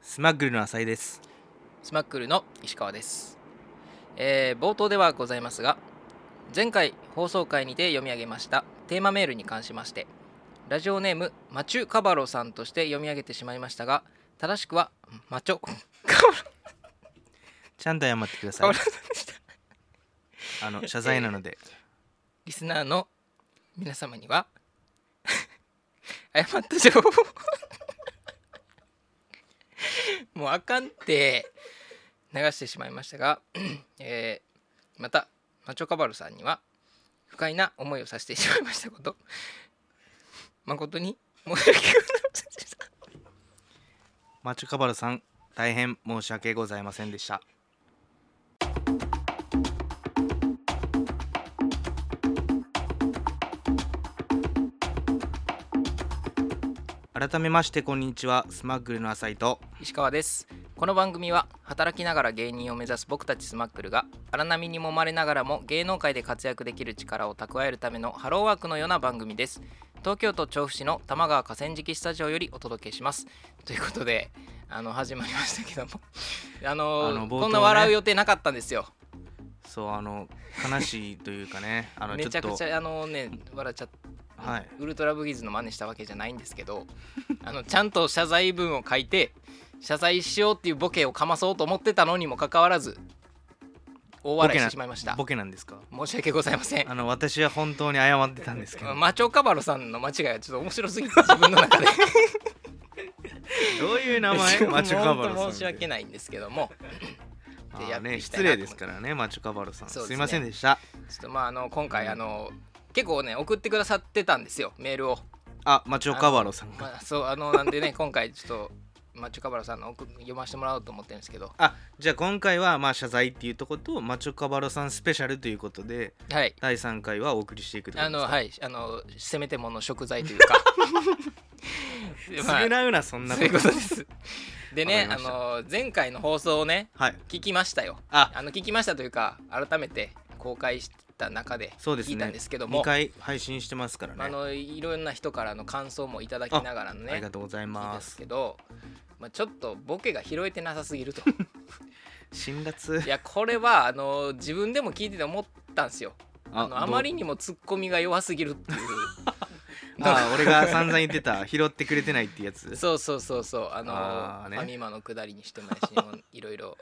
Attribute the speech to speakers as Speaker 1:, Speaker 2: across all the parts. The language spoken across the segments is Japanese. Speaker 1: スマッグルの浅井です
Speaker 2: スマックルの石川です、えー冒頭ではございますが前回放送回にて読み上げましたテーマメールに関しましてラジオネームマチュカバロさんとして読み上げてしまいましたが正しくはマチョカ
Speaker 1: ちゃんと謝ってくださ
Speaker 2: バ
Speaker 1: い
Speaker 2: ロさんでした
Speaker 1: あの謝罪なので、
Speaker 2: リスナーの皆様には誤った情報をもうあかんって流してしまいましたが、えーまたマチョカバルさんには不快な思いをさせてしまいましたこと誠に申し訳ございませんでした
Speaker 1: マチュカバルさん大変申し訳ございませんでした改めましてこんにちはスマッグルの浅井と
Speaker 2: 石川ですこの番組は働きながら芸人を目指す僕たちスマックルが荒波に揉まれながらも芸能界で活躍できる力を蓄えるためのハローワークのような番組です東京都調布市の多摩川河川敷スタジオよりお届けしますということであの始まりましたけどもあの
Speaker 1: あの冒頭ね
Speaker 2: こんな笑う予定なかったんですよ
Speaker 1: そうあの悲しいというかねあの
Speaker 2: めちゃくち
Speaker 1: ょっ
Speaker 2: ゃあのね笑っちゃっ
Speaker 1: とはい
Speaker 2: ウルトラブギーズの真似したわけじゃないんですけど あのちゃんと謝罪文を書いて謝罪しようっていうボケをかまそうと思ってたのにもかかわらず大笑いしてしまいました
Speaker 1: ボケなんですか
Speaker 2: 申し訳ございません
Speaker 1: あの私は本当に謝ってたんです けど
Speaker 2: マチョカバロさんの間違いはちょっと面白すぎて自分の中で
Speaker 1: どういう 名
Speaker 2: ち
Speaker 1: 前
Speaker 2: ょっと
Speaker 1: マチュカバル
Speaker 2: 本
Speaker 1: さ
Speaker 2: 当
Speaker 1: ん
Speaker 2: 申し訳ないんですけども
Speaker 1: あ
Speaker 2: って
Speaker 1: ー
Speaker 2: やって
Speaker 1: ね
Speaker 2: いきた
Speaker 1: 失
Speaker 2: いな
Speaker 1: 礼
Speaker 2: と思います
Speaker 1: ですからねマチュカバルさんす,、
Speaker 2: そうですね
Speaker 1: いませんでした
Speaker 2: ちょっとまああの今回
Speaker 1: うん
Speaker 2: あの結構ね送ってくださってたんですよメールを
Speaker 1: あマチュカバルさんが
Speaker 2: まあそうあのなんでね今回ちょっとマチョカバロさんの送読ませてもらおうと思ってるんですけど
Speaker 1: あじゃあ今回はまあ謝罪っていうとことマチュカバルさんスペシャルということで
Speaker 2: はい
Speaker 1: 第3回はお送りしていくってこと
Speaker 2: あの
Speaker 1: ですか
Speaker 2: はいあのせめてもの食材という かまあ
Speaker 1: 償うなそんな
Speaker 2: そういうことですでね
Speaker 1: わか
Speaker 2: あ
Speaker 1: りまし
Speaker 2: の前回の放送をね
Speaker 1: はい
Speaker 2: 聞きましたよ
Speaker 1: あ
Speaker 2: あの聞きましたというか改めて公開した中で
Speaker 1: そうですね
Speaker 2: 聞いたんですけども、
Speaker 1: 2回配信してますからね
Speaker 2: あのいろんな人からの感想もいただきながらの
Speaker 1: あり
Speaker 2: ね
Speaker 1: がとうござい
Speaker 2: 聞いたん
Speaker 1: ま
Speaker 2: です
Speaker 1: す
Speaker 2: けど、まあ、ちょっとボケが拾えてなさすぎると
Speaker 1: 辛辣
Speaker 2: いやこれはあの自分でも聞いてて思ったんですよあのあまり
Speaker 1: に
Speaker 2: にもツッコミが弱すぎるっていう
Speaker 1: あ俺が散々言ってた拾ってくれてないってやつ
Speaker 2: そうそうそうそうあの
Speaker 1: あーね
Speaker 2: ファミマの下りにしてもやしもういろいろ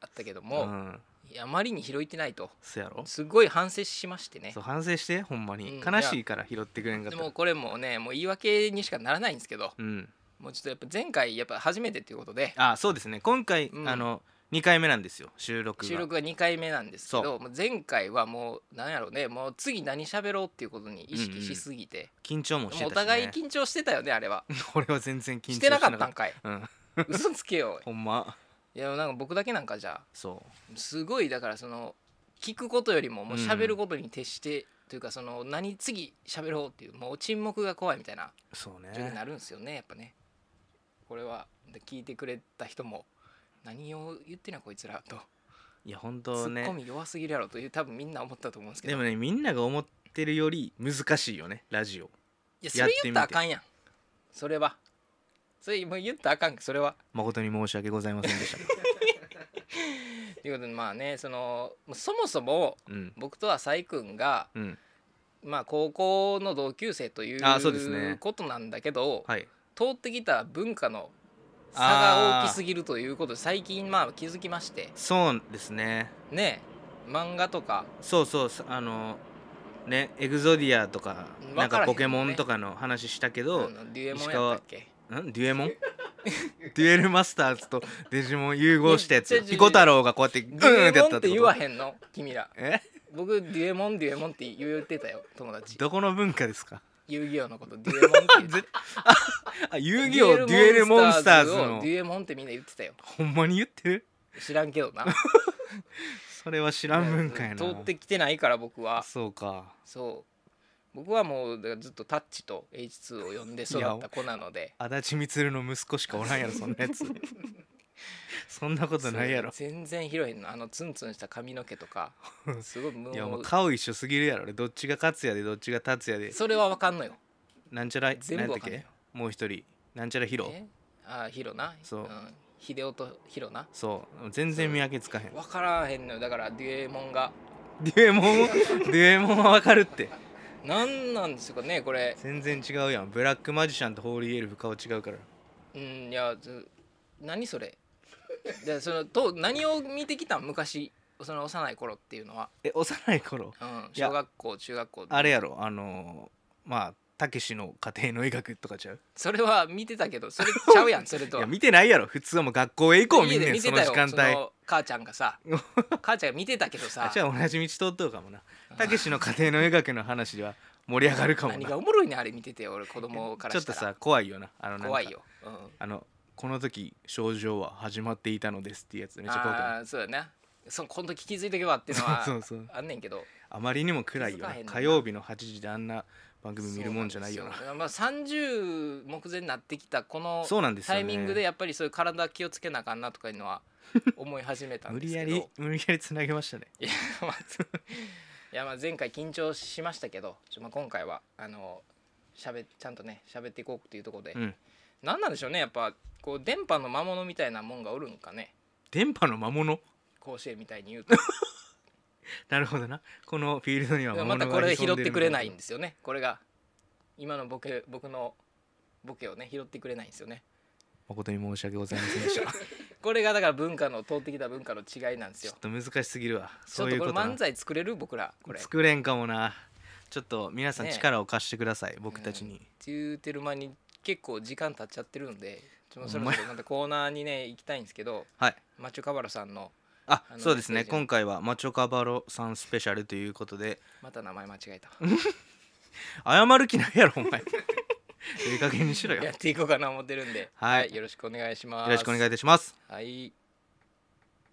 Speaker 2: あったけども、
Speaker 1: ん
Speaker 2: いやあまりに拾いてないと
Speaker 1: そやろ
Speaker 2: すごい反省しましてね
Speaker 1: そう反省してほんまに
Speaker 2: うん
Speaker 1: 悲しいから拾ってくれんかっ
Speaker 2: で
Speaker 1: た
Speaker 2: もこれもうねもう言い訳にしかならないんですけど
Speaker 1: うん
Speaker 2: もうちょっとやっぱ前回やっぱ初めてということで
Speaker 1: あそうですね今回
Speaker 2: うん
Speaker 1: あの2回目なんですよ収録が
Speaker 2: 収録が2回目なんですけ
Speaker 1: そ
Speaker 2: どもう前回はもうなんやろうねもう次何喋ろうっていうことに意識しすぎて、
Speaker 1: 緊張もしてたし、ね、
Speaker 2: もうお互い緊張してたよねあれは
Speaker 1: 俺は全 然緊張
Speaker 2: してなかったん
Speaker 1: か
Speaker 2: かい
Speaker 1: うん
Speaker 2: 嘘つけよおい
Speaker 1: ほんま
Speaker 2: いやなんか僕だけなんかじゃあ
Speaker 1: そ
Speaker 2: すごいだからその聞くことよりももう
Speaker 1: うん
Speaker 2: 喋ることに徹して、というかその何次喋ろうっていうもう沈黙が怖いみたいな
Speaker 1: うそう
Speaker 2: 状況に
Speaker 1: ね
Speaker 2: なるんですよねやっぱねこれはで聞いてくれた人も何を言ってんなこいつらと、
Speaker 1: いや本
Speaker 2: ツ
Speaker 1: 当
Speaker 2: ッコ
Speaker 1: ね
Speaker 2: ミ弱すぎるやろという多分みんな思ったと思うんですけ
Speaker 1: で
Speaker 2: ど
Speaker 1: もねみんなが思ってるより難しいよねラジオ
Speaker 2: いやそ
Speaker 1: やっ
Speaker 2: れ
Speaker 1: てみて
Speaker 2: 言ったらあかんやんそれはそれもう言ったらあかんそれは
Speaker 1: 誠に申し訳ございませんでした
Speaker 2: ということでまあねそのもうそもそも
Speaker 1: うん
Speaker 2: 僕と浅井君が
Speaker 1: うん
Speaker 2: まあ、高校の同級生という
Speaker 1: あそうですね
Speaker 2: ことなんだけど、
Speaker 1: はい
Speaker 2: 通ってきた文化の差が大きすぎるということで最近まあ気づきまして
Speaker 1: そうですね
Speaker 2: ねえ漫画とか
Speaker 1: そうそうさあのねエグゾディアとか
Speaker 2: う
Speaker 1: な
Speaker 2: ん
Speaker 1: ん
Speaker 2: わからへん
Speaker 1: か
Speaker 2: もんね
Speaker 1: ポケモンとかの話したけど、
Speaker 2: あのデュエモンやったっけ
Speaker 1: んデュエモンデュエルマスターズとデジモン融合したや
Speaker 2: ね
Speaker 1: つ
Speaker 2: ちょちょ
Speaker 1: ピコ太郎がこうやってグ
Speaker 2: デ
Speaker 1: ーンって
Speaker 2: ュエ
Speaker 1: やっ
Speaker 2: モン
Speaker 1: た
Speaker 2: っ
Speaker 1: ってて
Speaker 2: 言
Speaker 1: こ
Speaker 2: わ
Speaker 1: と
Speaker 2: へんの君ら
Speaker 1: え
Speaker 2: 僕デュエモンデュエモンって言ってたよ友達
Speaker 1: どこの文化ですか
Speaker 2: 遊戯王のことデュエモンって 言って
Speaker 1: あ遊戯王デュエルモンスターズ
Speaker 2: を
Speaker 1: の
Speaker 2: デュエモンってみんな言ってたよ
Speaker 1: ほんまに言ってる
Speaker 2: 知らんけどな
Speaker 1: それは知らん文化やな
Speaker 2: 通ってきてないから僕は
Speaker 1: そうか
Speaker 2: そう僕はもうだからずっとタッチと H2 を読んで育った子なので
Speaker 1: 足立光の息子しかおらんやろそんなや つそんなことないやろ
Speaker 2: そう全然広いのあのツンツンした髪の毛と かすごいもう
Speaker 1: いやもう顔一緒すぎるやろ俺どっちが勝也でどっちが達也で
Speaker 2: それはわかんのよ
Speaker 1: なんちゃら
Speaker 2: 全部
Speaker 1: なん
Speaker 2: わ
Speaker 1: やったっ
Speaker 2: かんのよ
Speaker 1: けもう一人なんちゃらヒロ
Speaker 2: えああヒロな
Speaker 1: そうん
Speaker 2: 秀夫とヒロな
Speaker 1: そう全然見分けつかへん
Speaker 2: 分からへんのよだからデュエモンが
Speaker 1: デュエモンデュエモンはわかるって
Speaker 2: なんなんですかねこれ
Speaker 1: 全然違うやんブラックマジシャンとホーリーエルフ顔違うから
Speaker 2: うんいやず何それでそのと何を見てきたん昔その幼い頃っていうのは、
Speaker 1: え幼い頃
Speaker 2: うん、
Speaker 1: いや
Speaker 2: 小学校中学校
Speaker 1: あれやろあのーまあたけしの家庭の絵描くとかちゃう
Speaker 2: それは見てたけどそれちゃうやんそ れ
Speaker 1: い
Speaker 2: とは
Speaker 1: や見てないやろ普通はもう学校へ行こう見
Speaker 2: 家
Speaker 1: ん
Speaker 2: で
Speaker 1: ねん
Speaker 2: 見
Speaker 1: そ
Speaker 2: て
Speaker 1: の
Speaker 2: た
Speaker 1: 時
Speaker 2: よ
Speaker 1: 間帯
Speaker 2: その母ちゃんがさ母ちゃんが見てたけど
Speaker 1: あ
Speaker 2: さ
Speaker 1: じゃあ同じ道通っとうかもなたけしの家庭の絵描くの話では盛り上がるかもな
Speaker 2: 何がおもろいねあれ見てて俺子供から
Speaker 1: ちょっ
Speaker 2: した
Speaker 1: と
Speaker 2: ら
Speaker 1: さ怖いよなあのなんか
Speaker 2: 怖いよ、うん、
Speaker 1: あのこの時症状は始まっていたのですっていうやつめっちゃ怖く
Speaker 2: あ
Speaker 1: ない
Speaker 2: あーそうだなそのこの時気づいとけばっていうのは
Speaker 1: そうそうそう
Speaker 2: あんねんけど
Speaker 1: あまりにも暗いよ
Speaker 2: 気づか
Speaker 1: な
Speaker 2: へんねんな
Speaker 1: 火曜日の8時であんな番組見るもんじゃないよな
Speaker 2: そうなんですよまあ、30目前になってきたこの
Speaker 1: そうなんですよ
Speaker 2: タ
Speaker 1: ね
Speaker 2: イミングでやっぱりそういう体気をつけなあかんなとかいうのは思い始めたん
Speaker 1: 無
Speaker 2: です
Speaker 1: 理
Speaker 2: け
Speaker 1: や
Speaker 2: ど
Speaker 1: り無理やりつなげましたね
Speaker 2: いやまあついやまあ前回緊張しましたけどちょまあ今回はあのしゃべちゃんとね喋っていこうというところで、
Speaker 1: うん
Speaker 2: なんなんでしょうねやっぱこう電波の魔物みたいなもんがおるんかね
Speaker 1: 電波の魔物
Speaker 2: 甲子園みたいに言うと
Speaker 1: なるほどなこのフィールドには魔
Speaker 2: ま
Speaker 1: 物が
Speaker 2: たこれ
Speaker 1: 潜
Speaker 2: 拾
Speaker 1: ん
Speaker 2: っ
Speaker 1: で
Speaker 2: て
Speaker 1: る
Speaker 2: くれないんですよねこれが今のボケ僕のボケをね拾ってくれないんですよね
Speaker 1: 誠に申し訳ございませんでしたち
Speaker 2: これがだから文化の通ってきた文化の違いなんです
Speaker 1: ょ
Speaker 2: よ
Speaker 1: っと難しすぎるわ
Speaker 2: ちょ
Speaker 1: そ
Speaker 2: っ
Speaker 1: うい
Speaker 2: と
Speaker 1: う
Speaker 2: こ
Speaker 1: こ
Speaker 2: れ
Speaker 1: とな
Speaker 2: 漫才作れる僕らこれ
Speaker 1: 作れんかもなちょっと皆さん
Speaker 2: ね
Speaker 1: 力を貸してください、僕たち
Speaker 2: うん
Speaker 1: に
Speaker 2: って言うてる間に結構時間経っちゃってるんでちょっとそ
Speaker 1: ほん
Speaker 2: ろ
Speaker 1: まや
Speaker 2: そろまたコーナーにね行きたいんですけど
Speaker 1: はい
Speaker 2: マチュカバラさんの
Speaker 1: あ
Speaker 2: あの
Speaker 1: そうです
Speaker 2: メ
Speaker 1: ね
Speaker 2: ッセージに
Speaker 1: 今回はマチョカバロさんスペシャルということで
Speaker 2: また名前間違えた
Speaker 1: 謝る気ないやろお 前ええ加減にしろよ
Speaker 2: や
Speaker 1: よ
Speaker 2: っていこうかな思ってるんで
Speaker 1: はい
Speaker 2: よろしくお願いします
Speaker 1: ろしくお願いいたします
Speaker 2: はい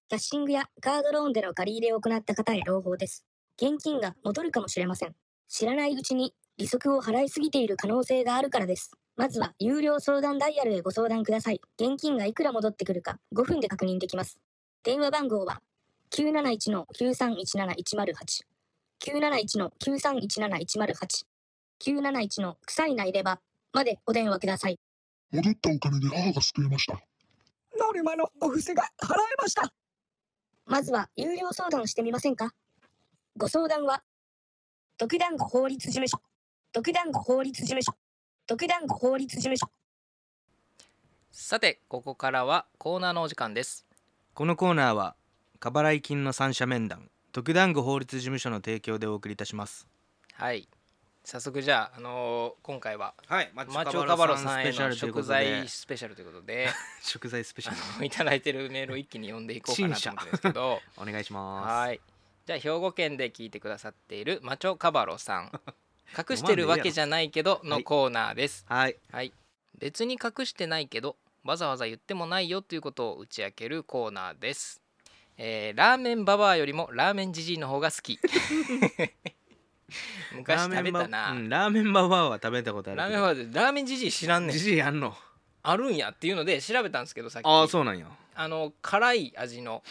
Speaker 3: ダッシングやカードローンでの借り入れを行った方へ朗報です。現金が戻るかもしれません。知らないうちに利息を払いすぎている可能性があるからです。まずは有料相談ダイヤルへご相談ください。現金がいくら戻ってくるか5分で確認できます。電話番号は971-9317-108 971-9317-108 971の臭いないればまでお電話ください。
Speaker 4: 戻ったお金で母が救えました。
Speaker 5: ノルマのお布施が払えました
Speaker 3: まずは有料相談してみませんかご相談は、独団子法律事務所、独団子法律事務所、独団子法律事務所。
Speaker 2: さてここからはコーナーのお時間です
Speaker 1: このコーナーは過払い金の三者面談特団具法律事務所の提供でお送りいたします
Speaker 2: はい早速じゃあ、あのー今回は
Speaker 1: はいマ
Speaker 2: マチョカバロさんへの食材スペシャルということで
Speaker 1: 食材スペシャル
Speaker 2: いただいてるメールを一気に読んでいこうかなと思うんですけど
Speaker 1: お願いします
Speaker 2: はいじゃあ兵庫県で聞いてくださっているマチョカバロさ ん隠してるわけじゃないけどのコーナーです
Speaker 1: はい
Speaker 2: はい、別に隠してないけどわざわざ言ってもないよということを打ち明けるコーナーです、えーラーメンババアよりもラーメンジジイの方が好 き昔
Speaker 1: ラーメ
Speaker 2: 食べ
Speaker 1: ンバ
Speaker 2: たな
Speaker 1: うんラーメンババアは食べたことある
Speaker 2: ラーメンババアでラーメンジジイ知らんねん
Speaker 1: じじいあんの
Speaker 2: あるんやっていうので調べたんですけどさっき
Speaker 1: ああそうなんや
Speaker 2: あの辛い味の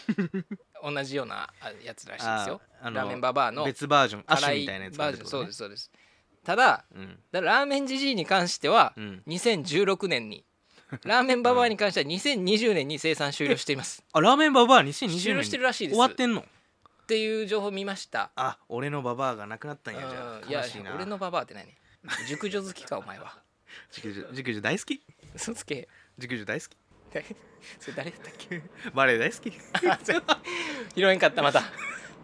Speaker 2: 同じようなあやつらしいんですよ
Speaker 1: あーあの
Speaker 2: ラーメンババアの
Speaker 1: 別バージョンアッシ
Speaker 2: 辛
Speaker 1: ュ
Speaker 2: い
Speaker 1: みた
Speaker 2: バ
Speaker 1: いな
Speaker 2: ー
Speaker 1: やつ
Speaker 2: ジ
Speaker 1: が出て
Speaker 2: ョン
Speaker 1: くる
Speaker 2: そうですすそうですただ
Speaker 1: うん
Speaker 2: だからラーメンジジイに関しては、
Speaker 1: うん
Speaker 2: 2016 年にラーメンババアに関しては2020年に生産終了しています
Speaker 1: あラーメンババア2020年
Speaker 2: 終了してるらしいです
Speaker 1: 終わってんの
Speaker 2: っていう情報見ました
Speaker 1: あ俺のババアがなくなったんやじ
Speaker 2: う
Speaker 1: ゃ
Speaker 2: ん
Speaker 1: あ
Speaker 2: いや
Speaker 1: 悲しいな
Speaker 2: 俺のババアって何熟女好きかお前は
Speaker 1: 熟女熟女大好き
Speaker 2: 嘘つけ
Speaker 1: 熟女大好き
Speaker 2: それ誰だったっけ
Speaker 1: バレエ大好き
Speaker 2: 拾えんかっ たまた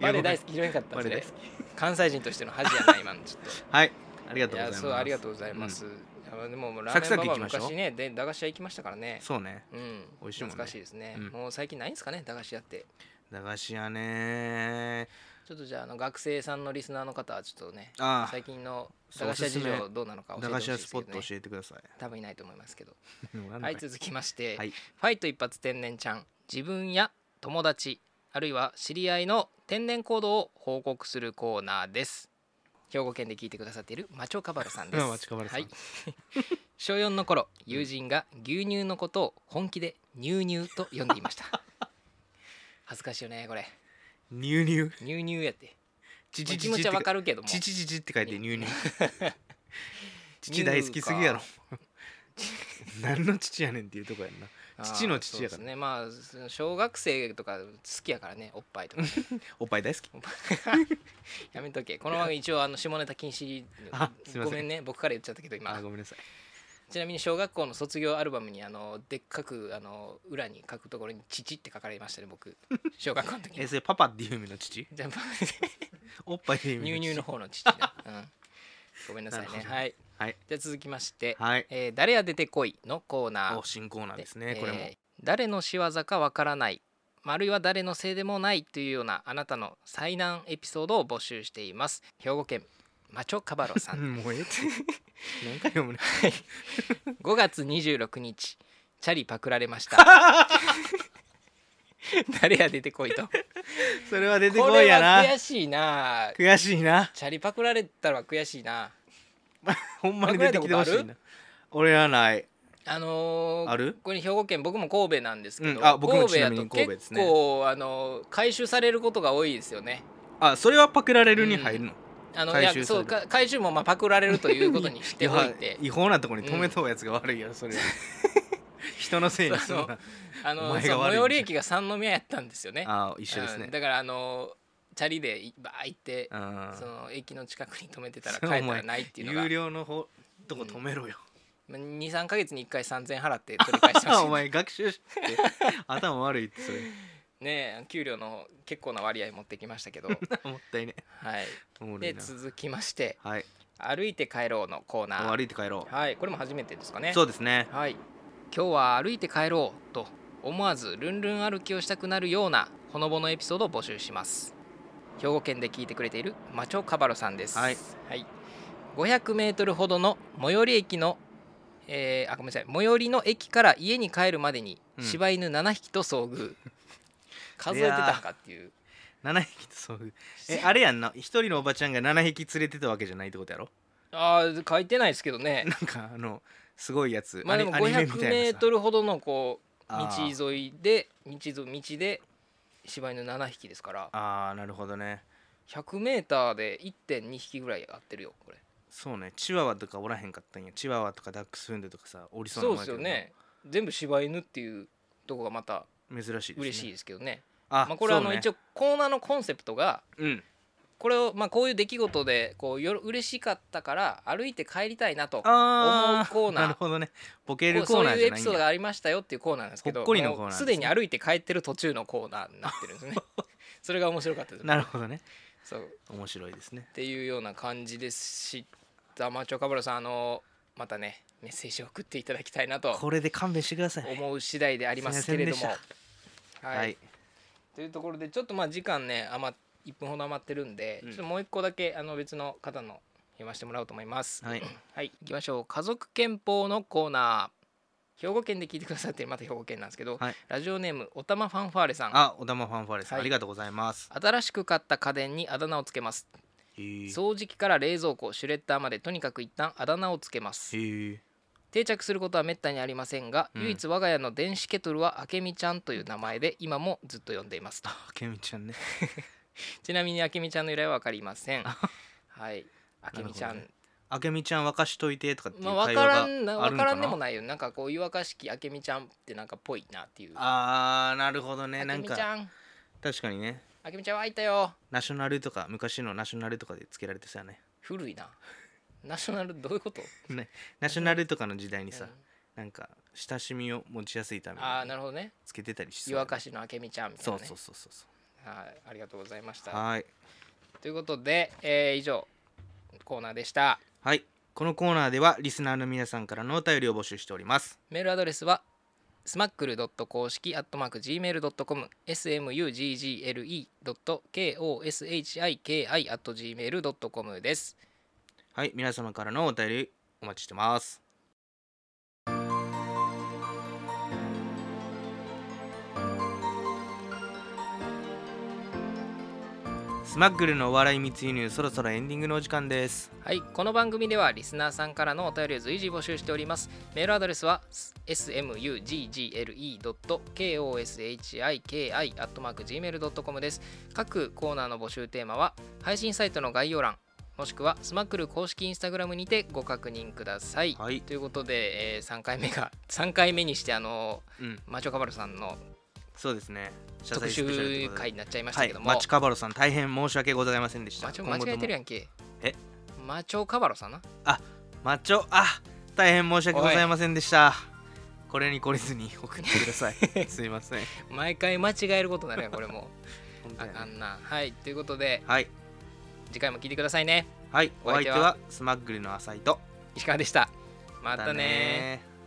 Speaker 1: ご
Speaker 2: バ
Speaker 1: めん
Speaker 2: レー大好き拾えんかった
Speaker 1: バ
Speaker 2: そ
Speaker 1: レエ大
Speaker 2: れ
Speaker 1: 好き
Speaker 2: 関西人としての恥やな今のちょっと
Speaker 1: はいありがとうござい
Speaker 2: や
Speaker 1: ます
Speaker 2: そうありがとうございます、あのでももうラ
Speaker 1: サ
Speaker 2: ー
Speaker 1: ク
Speaker 2: メ
Speaker 1: サ
Speaker 2: ン
Speaker 1: ク
Speaker 2: バ
Speaker 1: い
Speaker 2: バア
Speaker 1: きましょう
Speaker 2: 昔ねで駄菓子屋行きましたからね
Speaker 1: そうね
Speaker 2: うん
Speaker 1: 美味しいもんね
Speaker 2: 懐かしいですね、
Speaker 1: うん
Speaker 2: もう最近ないんですかね駄菓子屋って
Speaker 1: 駄菓子屋ね
Speaker 2: ちょっとじゃああの学生さんのリスナーの方はちょっとね
Speaker 1: あ
Speaker 2: 最近の
Speaker 1: そう
Speaker 2: 駄菓子屋事
Speaker 1: おすす
Speaker 2: 情
Speaker 1: め
Speaker 2: どうなのか
Speaker 1: あ
Speaker 2: 教
Speaker 1: 駄
Speaker 2: えてほ
Speaker 1: 菓
Speaker 2: し
Speaker 1: 子屋
Speaker 2: いです
Speaker 1: ス
Speaker 2: け
Speaker 1: ポ
Speaker 2: ど、
Speaker 1: ッ
Speaker 2: ね、
Speaker 1: ト教えてください
Speaker 2: 多分いないと思いますけど
Speaker 1: もうなんだ
Speaker 2: はい
Speaker 1: これ
Speaker 2: 続きまして、
Speaker 1: はい
Speaker 2: ファイト一発天然ちゃん自分や友達あるいは知り合いの天然行動を報告するコーナーです兵庫県で聞いてくださっているマチョカバロさんです
Speaker 1: マチョカバロさん
Speaker 2: はい 小4の頃友人が牛乳のことを本気で乳乳と呼んでいました 恥ずかしいよねこれ
Speaker 1: 乳乳
Speaker 2: 乳乳やって
Speaker 1: ち
Speaker 2: まあ気持ちはわか
Speaker 1: る
Speaker 2: るけども
Speaker 1: ちちちちって書いて乳乳
Speaker 2: 乳
Speaker 1: 父大好きすぎやろ
Speaker 2: か
Speaker 1: 何の父やねんっていうとこやんな
Speaker 2: あー
Speaker 1: 父の父やから
Speaker 2: そうですねまあその小学生とか好きやからねおっぱいとか
Speaker 1: おっぱい大好き
Speaker 2: おっぱいやめとけこのまま一応あの下ネタ禁止
Speaker 1: あすいません
Speaker 2: ごめんね僕から言っちゃったけど今
Speaker 1: あごめんなさい
Speaker 2: ちなみに小学校の卒業アルバムにあのでっかくあの裏に書くところに「父」って書かれましたね僕 小学校の時
Speaker 1: え
Speaker 2: に
Speaker 1: それパパっていう意味の父
Speaker 2: 全部
Speaker 1: おっぱいっていう意味の
Speaker 2: 乳
Speaker 1: 父
Speaker 2: 乳の方の父ね、うん、ごめんなさい
Speaker 1: なる
Speaker 2: ね
Speaker 1: ほど
Speaker 2: はい
Speaker 1: はい
Speaker 2: じゃあ続きまして「
Speaker 1: はい
Speaker 2: えー誰や出てこい」のコーナー
Speaker 1: お新コーナーですねこれも
Speaker 2: えー誰の仕業かわからないあるいは誰のせいでもないというようなあなたの災難エピソードを募集しています兵庫県マチョカバロさ
Speaker 1: うんんもうええって 何回読むね
Speaker 2: 5月26日チャリパクられました 誰や出てこいと
Speaker 1: それは出て
Speaker 2: こ
Speaker 1: こい
Speaker 2: れ
Speaker 1: やな
Speaker 2: は悔しいな
Speaker 1: 悔しいな
Speaker 2: チャリパクられたら悔しいな
Speaker 1: ほんまに出てきてほしい
Speaker 2: パクられた
Speaker 1: な俺はない
Speaker 2: あのー
Speaker 1: ある
Speaker 2: これ兵庫県僕も神戸なんですけど、
Speaker 1: うんあ僕も
Speaker 2: 神戸や
Speaker 1: ちなみ
Speaker 2: と
Speaker 1: に神戸です
Speaker 2: 結
Speaker 1: ね
Speaker 2: 構、あのー回収されることが多いですよね
Speaker 1: あそれはパクられるに入るの、
Speaker 2: あの
Speaker 1: 回収
Speaker 2: いやそう
Speaker 1: され
Speaker 2: か回収もまあパクられるということにしてお いて
Speaker 1: 違法なとこに止めたやつが悪いよ、それは人のせいにする
Speaker 2: そ
Speaker 1: な
Speaker 2: あの
Speaker 1: お前が
Speaker 2: そう
Speaker 1: 悪いんじ
Speaker 2: 最
Speaker 1: ゃ
Speaker 2: 寄り駅が三宮やったんですよね
Speaker 1: あ一緒です
Speaker 2: う
Speaker 1: ね
Speaker 2: んだからあのチャリでいバー行って
Speaker 1: うん
Speaker 2: その駅の近くに止めてたら
Speaker 1: そう
Speaker 2: 帰ったらないっていうのが
Speaker 1: 有料のほとこ止めろよ、
Speaker 2: 23か月に1回3000円 払って取り返してま
Speaker 1: お
Speaker 2: した
Speaker 1: 前学習 して頭悪いってそれ
Speaker 2: ねえ給料の結構な割合持ってきました けど
Speaker 1: もったいね
Speaker 2: はい
Speaker 1: おもろい
Speaker 2: で
Speaker 1: な
Speaker 2: 続きまして
Speaker 1: はい
Speaker 2: 「歩いて帰ろう」のコーナ
Speaker 1: もう
Speaker 2: ー
Speaker 1: 歩いて帰ろう、
Speaker 2: はいこれも初めてですかね
Speaker 1: そうですね
Speaker 2: はい、今日は歩いて帰ろうと思わずルンルン歩きをしたくなるようなほのぼのエピソードを募集します兵庫県で聞いてくれているマチョカバロさんです
Speaker 1: はい、
Speaker 2: はい、500m ほどの最寄り駅のえーあごめんなさい最寄りの駅から家に帰るまでに
Speaker 1: うん
Speaker 2: 柴犬7匹と遭 遇、数えてたんかっていう
Speaker 1: 7匹と遭遇えあれやんな一人のおばちゃんが7匹連れてたわけじゃないってことやろ
Speaker 2: あー書いてないですけ どね
Speaker 1: なんかあのすごいやつ、
Speaker 2: まあでも
Speaker 1: アニアニメみたいなさ
Speaker 2: 500m ほどのこう
Speaker 1: あー
Speaker 2: 道沿いで道沿い道で柴犬7匹ですから
Speaker 1: あーなるほどね
Speaker 2: 100m で1.2匹ぐらい合ってるよこれ
Speaker 1: そうねチワワとかおらへんかったんやチワワとかダックスフンドとかさおりそうな
Speaker 2: そう
Speaker 1: もん
Speaker 2: で
Speaker 1: や
Speaker 2: す
Speaker 1: けど
Speaker 2: よね全部柴犬っていうとこがまた
Speaker 1: 珍しいです、ね、
Speaker 2: 嬉しいですけどね
Speaker 1: あ、
Speaker 2: まあ、これはあの
Speaker 1: そうね
Speaker 2: 一応コーナーのコンセプトが
Speaker 1: うん
Speaker 2: これをまあこういう出来事でこうよろ嬉しかったから歩いて帰りたいなと
Speaker 1: あー
Speaker 2: 思うコーナー
Speaker 1: なるほどねボケ
Speaker 2: こ
Speaker 1: る
Speaker 2: う
Speaker 1: コ
Speaker 2: そ
Speaker 1: ー
Speaker 2: う
Speaker 1: ナー
Speaker 2: いう
Speaker 1: じゃ
Speaker 2: エ
Speaker 1: な
Speaker 2: ピ
Speaker 1: いん
Speaker 2: ソード
Speaker 1: だ
Speaker 2: がありましたよっていうコーナーなんですけど
Speaker 1: ほっこりのコーナー
Speaker 2: もう
Speaker 1: です
Speaker 2: す
Speaker 1: ね
Speaker 2: でに歩いて帰ってる途中のコーナーになってるんですね それが面白かったです
Speaker 1: なるほどね
Speaker 2: そうっ
Speaker 1: 面白いですね
Speaker 2: ていうような感じですしマチョカバロさんあのまたねメッセージを送っていただきたいなと
Speaker 1: これで勘弁してください
Speaker 2: 思う次第でありますけれど
Speaker 1: すい
Speaker 2: も
Speaker 1: ませんで。
Speaker 2: はいというところでちょっとまあ時間ね余っ1分ほど余ってるんで、
Speaker 1: うん
Speaker 2: ちょっともう一個だけあの別の方の読ませてもらおうと思います。
Speaker 1: はい、
Speaker 2: はい、行きましょう。家族憲法のコーナー。兵庫県で聞いてくださってるまた兵庫県なんですけど、
Speaker 1: はい
Speaker 2: ラジオネームおたまファンファーレさん。
Speaker 1: あおだまファンファーレさん、
Speaker 2: はい
Speaker 1: ありがとうございます
Speaker 2: 新しく買った家電にあだ名をつけます。
Speaker 1: へえ
Speaker 2: 掃除機から冷蔵庫、シュレッダーまでとにかく一旦あだ名をつけます。
Speaker 1: へえ
Speaker 2: 定着することは滅多にありませんが、
Speaker 1: うん
Speaker 2: 唯一我が家の電子ケトルはあけみちゃんという名前で今もずっと呼んでいますと。
Speaker 1: あけみちゃんね
Speaker 2: ちなみにあけみちゃんの由来は分かりません。はい。あけみちゃ
Speaker 1: なるほど
Speaker 2: ん。
Speaker 1: ねあけみちゃん沸かしといてとかっていう
Speaker 2: まあ、分
Speaker 1: 会
Speaker 2: か
Speaker 1: 話が
Speaker 2: ら
Speaker 1: あるの
Speaker 2: んな、
Speaker 1: かな
Speaker 2: 分からんでもないよ。なんかこう、湯沸かしきあけみちゃんってなんかぽいなっていう。
Speaker 1: あーなるほどね
Speaker 2: あ
Speaker 1: な
Speaker 2: け
Speaker 1: ん
Speaker 2: みちゃ
Speaker 1: か
Speaker 2: ん、
Speaker 1: 確かにね
Speaker 2: あけみちゃんはいたよ。
Speaker 1: ナショナルとか昔のナショナルとかでつけられてさね
Speaker 2: 古いな。ナショナル、どういうこと、
Speaker 1: ナショナルとかの時代に
Speaker 2: う
Speaker 1: さ
Speaker 2: ん、
Speaker 1: なんか親しみを持ちやすいため
Speaker 2: ああ、
Speaker 1: に
Speaker 2: なるほどね。
Speaker 1: つけてたりしそう
Speaker 2: 湯
Speaker 1: やね
Speaker 2: 沸かしのあけみちゃんみたい
Speaker 1: そ
Speaker 2: な、
Speaker 1: う
Speaker 2: ね。
Speaker 1: そうそうそうそう
Speaker 2: はい。ありがとうございました。
Speaker 1: はい
Speaker 2: ということで、えー以上、コーナーでした。
Speaker 1: はいこのコーナーではリスナーの皆さんからのお便りを募集しております
Speaker 2: メールアドレスはスマックル公式 @gmail.com smuggle.koshiki.gmail.com です。
Speaker 1: はい皆様からのお便りお待ちしてますスマッグルのお笑い密輸入そろそろエンディングのお時間です
Speaker 2: はい、この番組ではリスナーさんからのお便りを随時募集しております。メールアドレスは smuggle.koshiki.gmail.com です。各コーナーの募集テーマは配信サイトの概要欄、もしくはスマクル公式インスタグラムにてご確認ください、
Speaker 1: はい
Speaker 2: ということで、え3回目が3 回目にしてあの
Speaker 1: うん
Speaker 2: マチョカバルさんの
Speaker 1: そうですね謝
Speaker 2: 特
Speaker 1: 罪スペシャルという
Speaker 2: 集
Speaker 1: ことで
Speaker 2: 会になっちゃいました
Speaker 1: は
Speaker 2: け
Speaker 1: い
Speaker 2: ども、
Speaker 1: マチカバロさん大変申し訳ございませんでした
Speaker 2: マチョ間違えてるや
Speaker 1: ん
Speaker 2: んけ
Speaker 1: え
Speaker 2: マチョカバロさんな
Speaker 1: マチョあ大変申し訳ございませんでしたこれに懲りずに送ってください すいません
Speaker 2: 毎回間違えることになるやんこ れも
Speaker 1: 本当
Speaker 2: あ
Speaker 1: やね
Speaker 2: かんなはいということで
Speaker 1: はい
Speaker 2: 次回も聞いてくださいね
Speaker 1: はい
Speaker 2: お
Speaker 1: お
Speaker 2: 相
Speaker 1: 相
Speaker 2: 手
Speaker 1: 手
Speaker 2: は
Speaker 1: はスマッグルの浅井と
Speaker 2: 石川でしたまた
Speaker 1: ま
Speaker 2: ね
Speaker 1: たねー